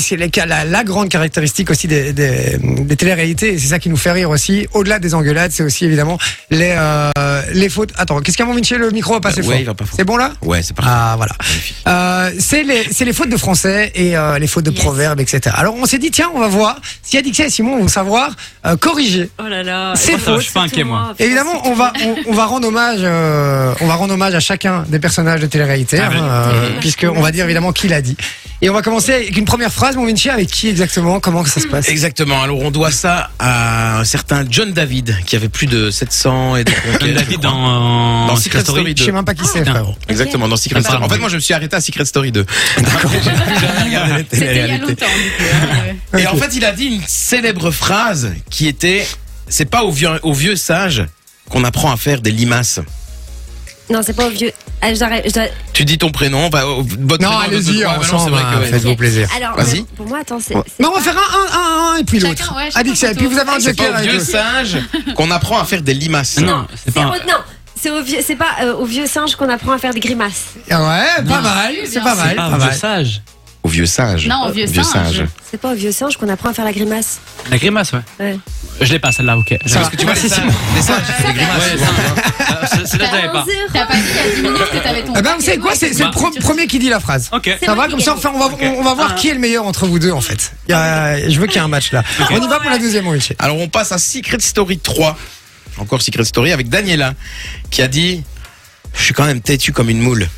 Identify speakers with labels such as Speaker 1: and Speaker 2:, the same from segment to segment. Speaker 1: c'est les cas- la, la grande caractéristique aussi des, des, des téléréalités. Et c'est ça qui nous fait rire aussi. Au-delà des engueulades, c'est aussi évidemment les, euh, les fautes. Attends, qu'est-ce qu'il y a, mon Vinci Le micro va passer
Speaker 2: Euh,
Speaker 1: fort.
Speaker 2: ouais, il va pas fort.
Speaker 1: C'est bon là
Speaker 2: Ouais, c'est parti.
Speaker 1: Ah, voilà.
Speaker 2: Magnifique.
Speaker 1: Euh, c'est les, c'est les fautes de français et euh, les fautes de
Speaker 3: Yes.
Speaker 1: proverbes, etc. Alors on s'est dit, tiens, on va voir si Adixia et Simon vont savoir euh, corriger.
Speaker 3: Oh là là.
Speaker 1: C'est
Speaker 3: Attends,
Speaker 1: faux.
Speaker 4: Je suis pas inquiet, moi.
Speaker 3: Putain,
Speaker 1: Évidemment,
Speaker 3: c'est
Speaker 1: on va, on, on va rendre hommage, euh, on va rendre hommage à chacun des personnages de télé-réalité,
Speaker 4: Ah oui.
Speaker 1: hein, euh, puisque on va dire évidemment qui l'a dit. Et on va commencer avec une première phrase, mon Vinci, avec qui exactement, comment que ça se passe
Speaker 2: Ah, Exactement. Alors, on doit ça à un certain John David, qui avait plus de 700 et de conquêtes, je
Speaker 4: David
Speaker 2: crois.
Speaker 4: dans,
Speaker 2: Dans Secret Story
Speaker 1: Je sais même pas qui c'est,
Speaker 2: Ah,
Speaker 4: putain.
Speaker 1: frérot.
Speaker 2: Exactement, dans Secret
Speaker 4: Ah,
Speaker 2: Story.
Speaker 4: pardon.
Speaker 2: En fait, moi, je me suis arrêté à Secret Story 2.
Speaker 3: C'était il y a
Speaker 2: D'accord.
Speaker 3: longtemps, du coup. hein, ouais.
Speaker 2: Et en
Speaker 1: Ok.
Speaker 2: fait, il a dit une célèbre phrase qui était c'est pas aux vieux, aux vieux sages qu'on apprend à faire des limaces.
Speaker 5: Non, c'est pas au vieux. Ah, je dois- je dois-
Speaker 2: Tu dis ton prénom, bah, euh, votre
Speaker 1: Non,
Speaker 2: prénom, votre-
Speaker 1: allez-y,
Speaker 2: ouais, bah non, c'est
Speaker 1: ensemble,
Speaker 2: vrai que,
Speaker 1: hein,
Speaker 2: ouais.
Speaker 1: faites-vous plaisir.
Speaker 5: Alors, euh,
Speaker 2: Vas-y.
Speaker 5: pour moi, attends, c'est. c'est
Speaker 1: Mais on va
Speaker 5: pas-
Speaker 1: faire un, un, un, un et puis
Speaker 3: Chacun,
Speaker 1: l'autre.
Speaker 3: ouais, chacun
Speaker 1: Adixia, et
Speaker 3: son
Speaker 1: puis
Speaker 3: tour.
Speaker 1: vous avez un
Speaker 2: Ah, C'est pas
Speaker 1: joker hein,
Speaker 2: aux
Speaker 1: avec
Speaker 2: vieux
Speaker 1: eux.
Speaker 2: sages qu'on apprend à faire des limaces.
Speaker 4: Non, c'est
Speaker 5: c'est
Speaker 4: pas.
Speaker 5: au- Non, c'est au vieux, c'est pas euh, au vieux singe qu'on apprend à faire des grimaces.
Speaker 2: Ah,
Speaker 1: Ouais, pas
Speaker 4: Non.
Speaker 1: mal, c'est
Speaker 3: bien.
Speaker 1: pas mal,
Speaker 4: C'est
Speaker 1: pas
Speaker 4: pas un
Speaker 1: mal.
Speaker 4: sage.
Speaker 2: Aux vieux sages.
Speaker 3: Non, au vieux
Speaker 2: Vieux
Speaker 3: singe.
Speaker 2: singe.
Speaker 5: C'est pas au vieux singe qu'on apprend à faire la grimace.
Speaker 4: La grimace, ouais.
Speaker 5: Ouais.
Speaker 4: Je l'ai pas celle-là, ok.
Speaker 1: Ça va.
Speaker 2: Parce que tu vois, les
Speaker 1: Merci,
Speaker 2: sages,
Speaker 1: Simon.
Speaker 2: les sages, c'est des grimaces.
Speaker 4: Ouais,
Speaker 2: souvent.
Speaker 4: ça- Euh, ça- celle-là, je l'avais pas.
Speaker 5: Un zéro.
Speaker 3: T'as pas dit il y a 10 minutes que t'avais ton.
Speaker 1: Eh ben, vous
Speaker 3: pack
Speaker 1: savez
Speaker 3: et
Speaker 1: quoi
Speaker 3: tout,
Speaker 1: C'est
Speaker 3: et
Speaker 1: c'est le
Speaker 3: tout.
Speaker 1: pro- premier qui dit la phrase.
Speaker 4: Ok.
Speaker 5: C'est
Speaker 1: Ça
Speaker 5: moi
Speaker 1: va
Speaker 5: qui
Speaker 1: comme ça,
Speaker 5: gagne.
Speaker 1: enfin, on va, on, on va voir qui est le meilleur entre vous deux en fait. Il y a- je veux qu'il y ait un match là. On y va pour la deuxième, mon Vinci.
Speaker 2: Alors on passe à Secret Story 3. Encore Secret Story avec Daniela qui a dit Je suis quand même têtu comme une moule.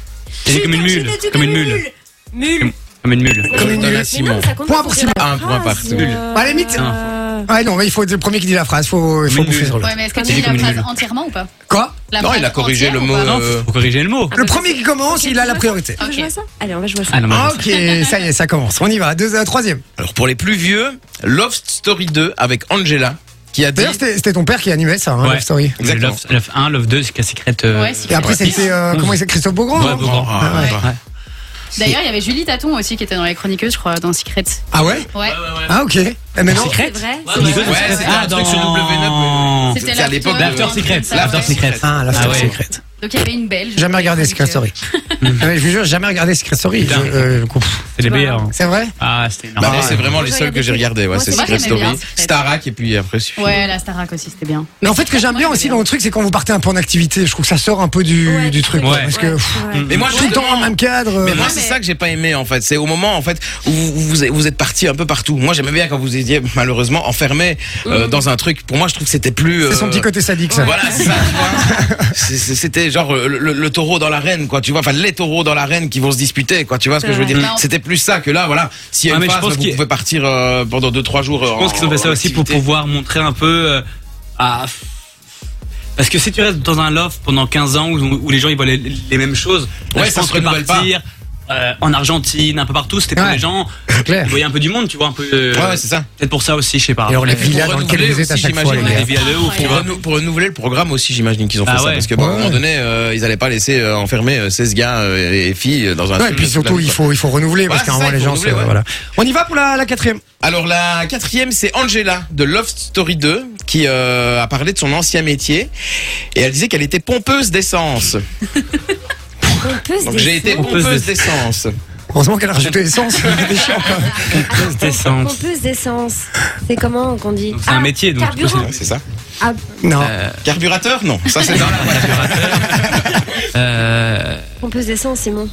Speaker 4: J'ai dit comme une
Speaker 5: J'ai
Speaker 4: mule.
Speaker 5: têtu
Speaker 4: Comme une mule. Comme- Comme une mule.
Speaker 2: Comme
Speaker 1: une
Speaker 2: une
Speaker 1: mule.
Speaker 2: à
Speaker 5: Mais
Speaker 2: Simon.
Speaker 5: non, ça compte
Speaker 1: Point
Speaker 5: pas,
Speaker 1: pour
Speaker 5: c'est
Speaker 1: Simon.
Speaker 5: la
Speaker 2: Un point par
Speaker 5: phrase,
Speaker 2: Simon.
Speaker 5: euh,
Speaker 1: Bah, à la limite-
Speaker 5: euh,
Speaker 1: Ouais, Ah non, mais il faut le premier qui dit la phrase, faut, il faut
Speaker 4: Une
Speaker 1: bouffer
Speaker 4: mule.
Speaker 1: sur l'autre.
Speaker 3: Ouais, mais est-ce que
Speaker 4: Comme
Speaker 3: tu dis la
Speaker 4: une
Speaker 3: phrase
Speaker 4: mule.
Speaker 3: entièrement ou pas
Speaker 1: Quoi
Speaker 3: La
Speaker 2: Non,
Speaker 3: phrase
Speaker 2: il a corrigé
Speaker 3: entière
Speaker 2: le
Speaker 3: ou
Speaker 2: mot.
Speaker 3: pas
Speaker 4: Non,
Speaker 2: euh,
Speaker 4: faut, faut corriger le mot.
Speaker 1: Le premier qui commence, il a la priorité.
Speaker 5: on peut jouer à ça Allez, on va jouer à ça.
Speaker 4: Ah non, mais
Speaker 1: Ah, Ok, ça y est, ça commence. On y va. Deux, euh, troisième.
Speaker 2: Alors pour les plus vieux, Love Story 2 avec Angela qui a dit
Speaker 1: D'ailleurs, c'était c'était ton père qui animait ça, hein,
Speaker 4: Ouais.
Speaker 1: Love Story.
Speaker 4: J'ai
Speaker 2: Exactement.
Speaker 4: Love, Love 1, Love 2, c'est la secrète. euh,
Speaker 3: Ouais, Secret.
Speaker 1: Et après,
Speaker 4: Ouais.
Speaker 1: c'était euh,
Speaker 4: Onze.
Speaker 1: comment il s'appelle Christophe Beaugrand.
Speaker 4: Ouais,
Speaker 1: non
Speaker 4: Beaugrand.
Speaker 2: Ah,
Speaker 1: Ouais.
Speaker 2: ouais.
Speaker 4: Ouais.
Speaker 3: D'ailleurs, il y avait Julie Taton aussi qui était dans les chroniqueuses, je crois, dans Secret.
Speaker 1: Ah ouais
Speaker 3: Ouais.
Speaker 1: Ah ok. Eh, Mais non.
Speaker 5: C'est vrai
Speaker 4: C'est une
Speaker 2: Ouais,
Speaker 4: secrète. Ah,
Speaker 2: c'était un truc sur W9,
Speaker 3: C'était
Speaker 2: C'est
Speaker 3: la
Speaker 2: à l'époque
Speaker 3: vidéo,
Speaker 2: d'After
Speaker 3: euh,
Speaker 4: Secret.
Speaker 3: comme ça,
Speaker 4: L'After
Speaker 3: ouais.
Speaker 4: Secret.
Speaker 1: Ah, la
Speaker 4: Ah ouais.
Speaker 1: secrète.
Speaker 3: Donc il y avait une belge.
Speaker 1: Jamais regardé Secret Story. Ah ouais, je vous jure, jamais regardé Secret Story. Je-
Speaker 4: Putain.
Speaker 1: euh, pff,
Speaker 4: C'est les meilleurs.
Speaker 1: C'est vrai
Speaker 4: Ah, c'était énorme.
Speaker 2: Bah,
Speaker 1: Ah,
Speaker 2: moi, c'est
Speaker 1: ouais.
Speaker 2: vraiment les
Speaker 5: Moi,
Speaker 2: seuls que
Speaker 5: j'aimais
Speaker 2: j'ai regardés. Ouais,
Speaker 5: bien.
Speaker 2: c'est
Speaker 3: Moi,
Speaker 2: Secret
Speaker 3: j'aimais
Speaker 2: Story,
Speaker 3: bien Secret.
Speaker 2: Starak et puis après suffit.
Speaker 3: Ouais, la Starac aussi, c'était bien.
Speaker 1: Mais en fait, ce que j'aime bien aussi dans le truc, c'est quand vous partez un peu en activité, je trouve que ça sort un peu du,
Speaker 5: Ouais,
Speaker 1: du truc.
Speaker 4: ouais.
Speaker 1: quoi, Parce que pff,
Speaker 5: ouais.
Speaker 2: Mais moi
Speaker 1: tout le temps dans
Speaker 2: justement,
Speaker 1: le même cadre.
Speaker 2: Mais
Speaker 1: euh,
Speaker 2: moi, c'est
Speaker 3: mais-
Speaker 2: ça que j'ai pas aimé en fait. C'est au moment en fait où vous, vous, vous êtes parti un peu partout. Moi, j'aimais bien quand vous étiez malheureusement enfermé
Speaker 4: Mm.
Speaker 2: euh, dans un truc. Pour moi, je trouve que c'était plus.
Speaker 1: c'est son
Speaker 2: euh,
Speaker 1: petit côté sadique, ça.
Speaker 2: Voilà, c'est ça, tu vois. C'est- c'est- C'était genre euh, le, le- le taureau dans l'arène, quoi, tu vois. Enfin, les taureaux dans l'arène qui vont se disputer, quoi, tu vois ce que je veux dire.
Speaker 3: Ouais. Non.
Speaker 2: C'était plus ça que là, voilà. S'il y a
Speaker 4: Ouais,
Speaker 2: une
Speaker 4: Ah, mais je
Speaker 2: phase,
Speaker 4: pense
Speaker 2: vous
Speaker 4: qu'il-
Speaker 2: pouvez partir euh, pendant 2-3 jours. euh,
Speaker 4: Je pense qu'ils ont fait ça aussi pour pouvoir montrer un peu euh, à. Parce que si tu restes dans un loft pendant 15 ans où, où les gens ils voient les, les mêmes choses, là,
Speaker 2: Ouais,
Speaker 4: je
Speaker 2: ça
Speaker 4: pense
Speaker 2: se
Speaker 4: que
Speaker 2: renouvelle pas.
Speaker 4: partir euh, en Argentine, un peu partout, c'était pour
Speaker 1: Ouais.
Speaker 4: les gens.
Speaker 1: C'est clair.
Speaker 4: Vous voyez un peu du monde, tu vois, un peu. euh,
Speaker 2: Ouais, ouais, c'est ça.
Speaker 4: Peut-être pour ça aussi, je sais pas.
Speaker 1: Et alors les
Speaker 2: Pour
Speaker 1: villas dans lesquelles vous
Speaker 2: renouveler
Speaker 1: êtes à
Speaker 2: aussi,
Speaker 1: chaque fois, les
Speaker 2: j'imagine,
Speaker 4: des
Speaker 1: gars.
Speaker 4: villas de ouf,
Speaker 3: Ouais.
Speaker 2: Pour,
Speaker 4: tu vois.
Speaker 2: renou- pour renouveler le programme aussi, j'imagine qu'ils ont fait
Speaker 4: Ah
Speaker 2: ça.
Speaker 4: ouais.
Speaker 2: Parce que, bon, à
Speaker 1: Ouais.
Speaker 2: un moment donné, euh, ils allaient pas laisser euh, enfermer euh, 16 gars euh, et, et filles euh, dans un
Speaker 1: Ouais, et
Speaker 2: truc
Speaker 1: puis
Speaker 2: toute la
Speaker 1: surtout,
Speaker 2: vie,
Speaker 1: il
Speaker 2: quoi.
Speaker 1: faut, il faut renouveler parce
Speaker 2: Ouais,
Speaker 1: qu'à un
Speaker 2: c'est
Speaker 1: moment,
Speaker 2: ça,
Speaker 1: les
Speaker 2: il faut
Speaker 1: gens se.
Speaker 2: renouveler, ouais.
Speaker 1: Voilà. On y va pour la, la quatrième.
Speaker 2: Alors la quatrième, c'est Angela de Love Story 2 qui euh, a parlé de son ancien métier et elle disait qu'elle était pompeuse d'essence.
Speaker 5: On peut se
Speaker 2: Donc j'ai été
Speaker 5: descendre.
Speaker 4: Pompeuse
Speaker 2: pompeuse d'essence.
Speaker 1: Heureusement qu'elle a rajouté l'essence. C'était chiant, quoi.
Speaker 4: Pompeuse
Speaker 5: On
Speaker 4: d'essence.
Speaker 5: peut se descendre. C'est comment qu'on dit Ah,
Speaker 4: Donc, c'est un métier, donc,
Speaker 5: carburant.
Speaker 4: je
Speaker 2: Ouais, c'est ça.
Speaker 5: Ah,
Speaker 1: Non.
Speaker 2: Euh. Carburateur Non, ça c'est dans la
Speaker 4: Euh,
Speaker 5: on peut se descendre, Simon.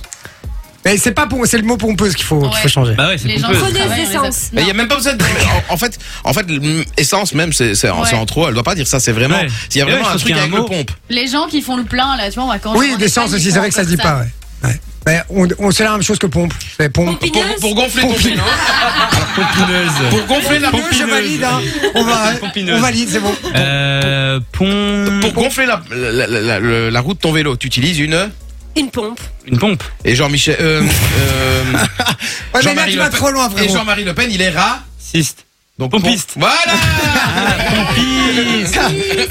Speaker 1: Mais c'est pas pour, c'est le mot pompeuse qu'il faut, qu'il faut
Speaker 3: Ouais.
Speaker 1: changer.
Speaker 4: bah ouais, c'est
Speaker 3: Les gens
Speaker 4: pompeuse.
Speaker 3: se
Speaker 5: Prenez
Speaker 3: travaillent, on les a-
Speaker 5: l'essence.
Speaker 2: Mais il y a même pas besoin de en, en fait en fait le- essence même c'est c'est en,
Speaker 3: Ouais.
Speaker 2: c'est en trop, elle doit pas dire ça, c'est vraiment
Speaker 4: Ouais.
Speaker 2: il y a
Speaker 4: Et ouais,
Speaker 2: vraiment
Speaker 4: je
Speaker 2: un
Speaker 4: pense
Speaker 2: truc
Speaker 4: qu'il y a
Speaker 2: avec
Speaker 4: un
Speaker 2: le
Speaker 4: mot.
Speaker 2: pompe.
Speaker 3: Les gens qui font le plein, là, tu vois, on va quand
Speaker 1: Oui, l'essence aussi, c'est vrai que ça se dit pas. Ouais. Ouais. Mais on, on, c'est la même chose que pompe. C'est pompe.
Speaker 2: Pour,
Speaker 5: Pompineuse.
Speaker 2: pour gonfler ton
Speaker 1: Pompineuse.
Speaker 2: pino.
Speaker 4: Pompineuse.
Speaker 2: Pour gonfler la
Speaker 1: Pompineuse, je valide, hein. On va,
Speaker 4: Pompineuse.
Speaker 1: on valide, c'est bon.
Speaker 4: Euh, pom-
Speaker 2: pour gonfler la, la, la- la- la- la roue de ton vélo, tu utilises une
Speaker 5: Une pompe.
Speaker 4: Une pompe.
Speaker 2: et Jean-Michel euh, euh,
Speaker 1: Ouais, mais là,
Speaker 2: Jean-Marie
Speaker 1: tu
Speaker 2: Le
Speaker 1: vas
Speaker 2: Pen-
Speaker 1: trop loin,
Speaker 2: et
Speaker 1: frérot.
Speaker 2: Jean-Marie Le Pen, il est rat
Speaker 4: Ciste.
Speaker 2: Donc,
Speaker 4: Pompiste.
Speaker 2: pom- Voilà
Speaker 4: Ah, Pompis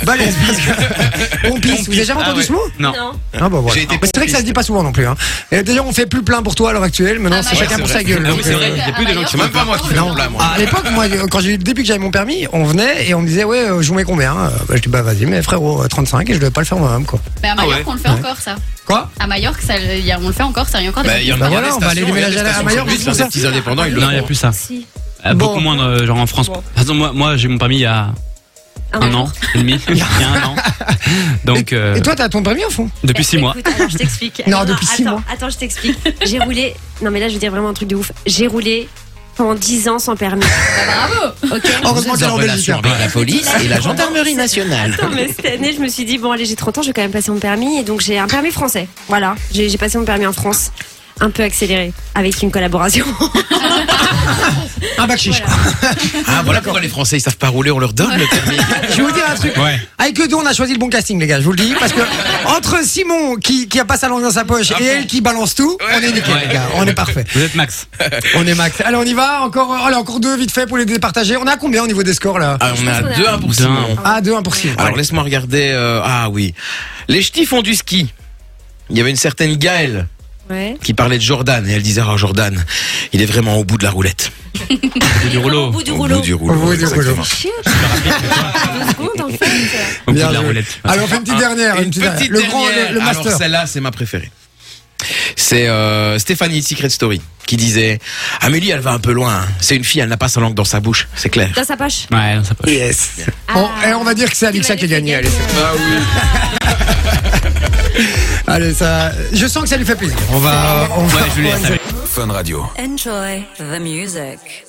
Speaker 1: Balèze, parce que. Pompis, vous avez jamais entendu
Speaker 4: Ah ouais.
Speaker 1: ce mot
Speaker 4: Non.
Speaker 5: Non.
Speaker 1: Ah bah voilà.
Speaker 2: J'ai été
Speaker 1: Mais c'est vrai que ça se
Speaker 2: pompiste.
Speaker 1: dit pas souvent non plus. Hein. Et d'ailleurs, on fait plus plein pour toi à l'heure actuelle. Maintenant,
Speaker 3: Ah,
Speaker 1: c'est
Speaker 3: bah,
Speaker 1: chacun
Speaker 2: ouais,
Speaker 1: pour
Speaker 2: c'est
Speaker 1: sa
Speaker 2: vrai.
Speaker 1: gueule.
Speaker 4: Ah oui,
Speaker 1: Donc,
Speaker 4: c'est
Speaker 1: euh,
Speaker 4: vrai, il y a plus de gens qui
Speaker 2: C'est même pas moi qui fais
Speaker 1: Non.
Speaker 2: mon plat, moi.
Speaker 1: À l'époque, moi, euh, quand j'ai eu le début que j'avais mon permis, on venait et on me disait, ouais, euh, je vous mets combien Euh, bah, Je dis, bah vas-y, mais frérot, euh, 35 et je devais pas le faire moi-même, quoi.
Speaker 3: Mais à
Speaker 4: Ah ouais.
Speaker 3: Majorque, on le fait encore, ça.
Speaker 1: Quoi
Speaker 3: À Majorque, ça, il y a- on le fait encore, ça. Il y a encore des.
Speaker 2: Bah, il y en
Speaker 1: Bah
Speaker 2: a il y a
Speaker 1: voilà,
Speaker 2: des
Speaker 1: on va aller
Speaker 2: stations, il y a des
Speaker 1: déménager à la
Speaker 2: stations
Speaker 1: Majorque,
Speaker 2: service,
Speaker 1: c'est pour
Speaker 2: des
Speaker 1: ça.
Speaker 2: petits indépendants, ils le
Speaker 4: Non, il n'y a
Speaker 2: font.
Speaker 4: plus ça.
Speaker 5: Si.
Speaker 4: Euh,
Speaker 1: Bon.
Speaker 4: Beaucoup moins, de- genre en France. De toute façon, moi, moi j'ai mon permis il y a un an et demi. Il y a un an. Donc, euh,
Speaker 1: Et toi, t'as ton permis au fond
Speaker 4: depuis six mois.
Speaker 5: Écoute, alors je t'explique.
Speaker 1: Non, depuis six
Speaker 5: attends,
Speaker 1: mois.
Speaker 5: Attends, je t'explique. J'ai roulé. Non, mais là, je veux dire vraiment un truc de ouf. J'ai roulé pendant 10 ans sans permis.
Speaker 3: Bravo
Speaker 5: Ok
Speaker 1: Heureusement qu'elle est en Belgique. hein.
Speaker 2: la police
Speaker 5: et la gendarmerie
Speaker 2: nationale.
Speaker 5: Attends, mais cette année, je me suis dit, bon, allez, j'ai 30 ans, je vais quand même passer mon permis. Et donc, j'ai un permis français. Voilà. J'ai j'ai passé mon permis en France. Un peu accéléré. Avec une collaboration.
Speaker 1: Un bac chiche.
Speaker 2: Ah, voilà pourquoi les Français, ils savent pas rouler, on leur donne le permis.
Speaker 1: Je vais vous dire un truc.
Speaker 4: Ouais.
Speaker 1: Avec eux deux, on a choisi le bon casting, les gars, je vous le dis. Parce que entre Simon, qui, qui a pas sa langue dans sa poche,
Speaker 2: Ah
Speaker 1: et elle qui balance tout, on est nickel,
Speaker 4: Ouais.
Speaker 1: les gars. On est parfait.
Speaker 4: Vous êtes Max.
Speaker 1: On est max. Allez, on y va. Encore, euh, allez, encore deux, vite fait, pour les départager. On a combien au niveau des scores, là
Speaker 2: Ah, on
Speaker 5: pense
Speaker 2: a
Speaker 5: qu'on a-
Speaker 2: 2 1 pour
Speaker 4: D'un.
Speaker 2: Simon.
Speaker 1: Ah, deux, un pour Simon.
Speaker 2: Alors laisse-moi regarder. euh, ah oui. Les ch'tis font du ski. Il y avait une certaine Gaëlle
Speaker 5: Ouais.
Speaker 2: qui parlait de Jordan et elle disait Ah Jordan, il est vraiment au bout de la roulette.
Speaker 4: Du
Speaker 5: Au
Speaker 4: rouleau.
Speaker 5: bout du
Speaker 2: au
Speaker 5: rouleau.
Speaker 2: bout du rouleau.
Speaker 1: Au bout du
Speaker 2: exactement.
Speaker 1: rouleau.
Speaker 5: Chier. Deux secondes, en fait.
Speaker 4: Au bout de
Speaker 1: Bien
Speaker 4: la
Speaker 1: joué.
Speaker 4: roulette.
Speaker 1: Allez, on fait une petite dernière.
Speaker 2: Ah, Une
Speaker 1: une petite
Speaker 2: petite
Speaker 1: dernière. le grand,
Speaker 2: dernière.
Speaker 1: le, le master.
Speaker 2: Alors celle-là, c'est ma préférée. C'est euh, Stéphanie de Secret Story qui disait Amélie, elle va un peu loin. hein. C'est une fille, elle n'a pas sa langue dans sa bouche, c'est clair.
Speaker 5: Dans sa poche.
Speaker 4: Ouais, dans sa poche.
Speaker 1: Yes. Bon,
Speaker 5: Ah.
Speaker 1: et on va dire que c'est Alixa qui a gagné. Allez, c'est-
Speaker 2: Ah oui.
Speaker 1: allez, ça. Je sens que ça lui fait plaisir. On Bah, va, on va.
Speaker 4: Ouais, je lui laisse.
Speaker 6: Enjoy the music.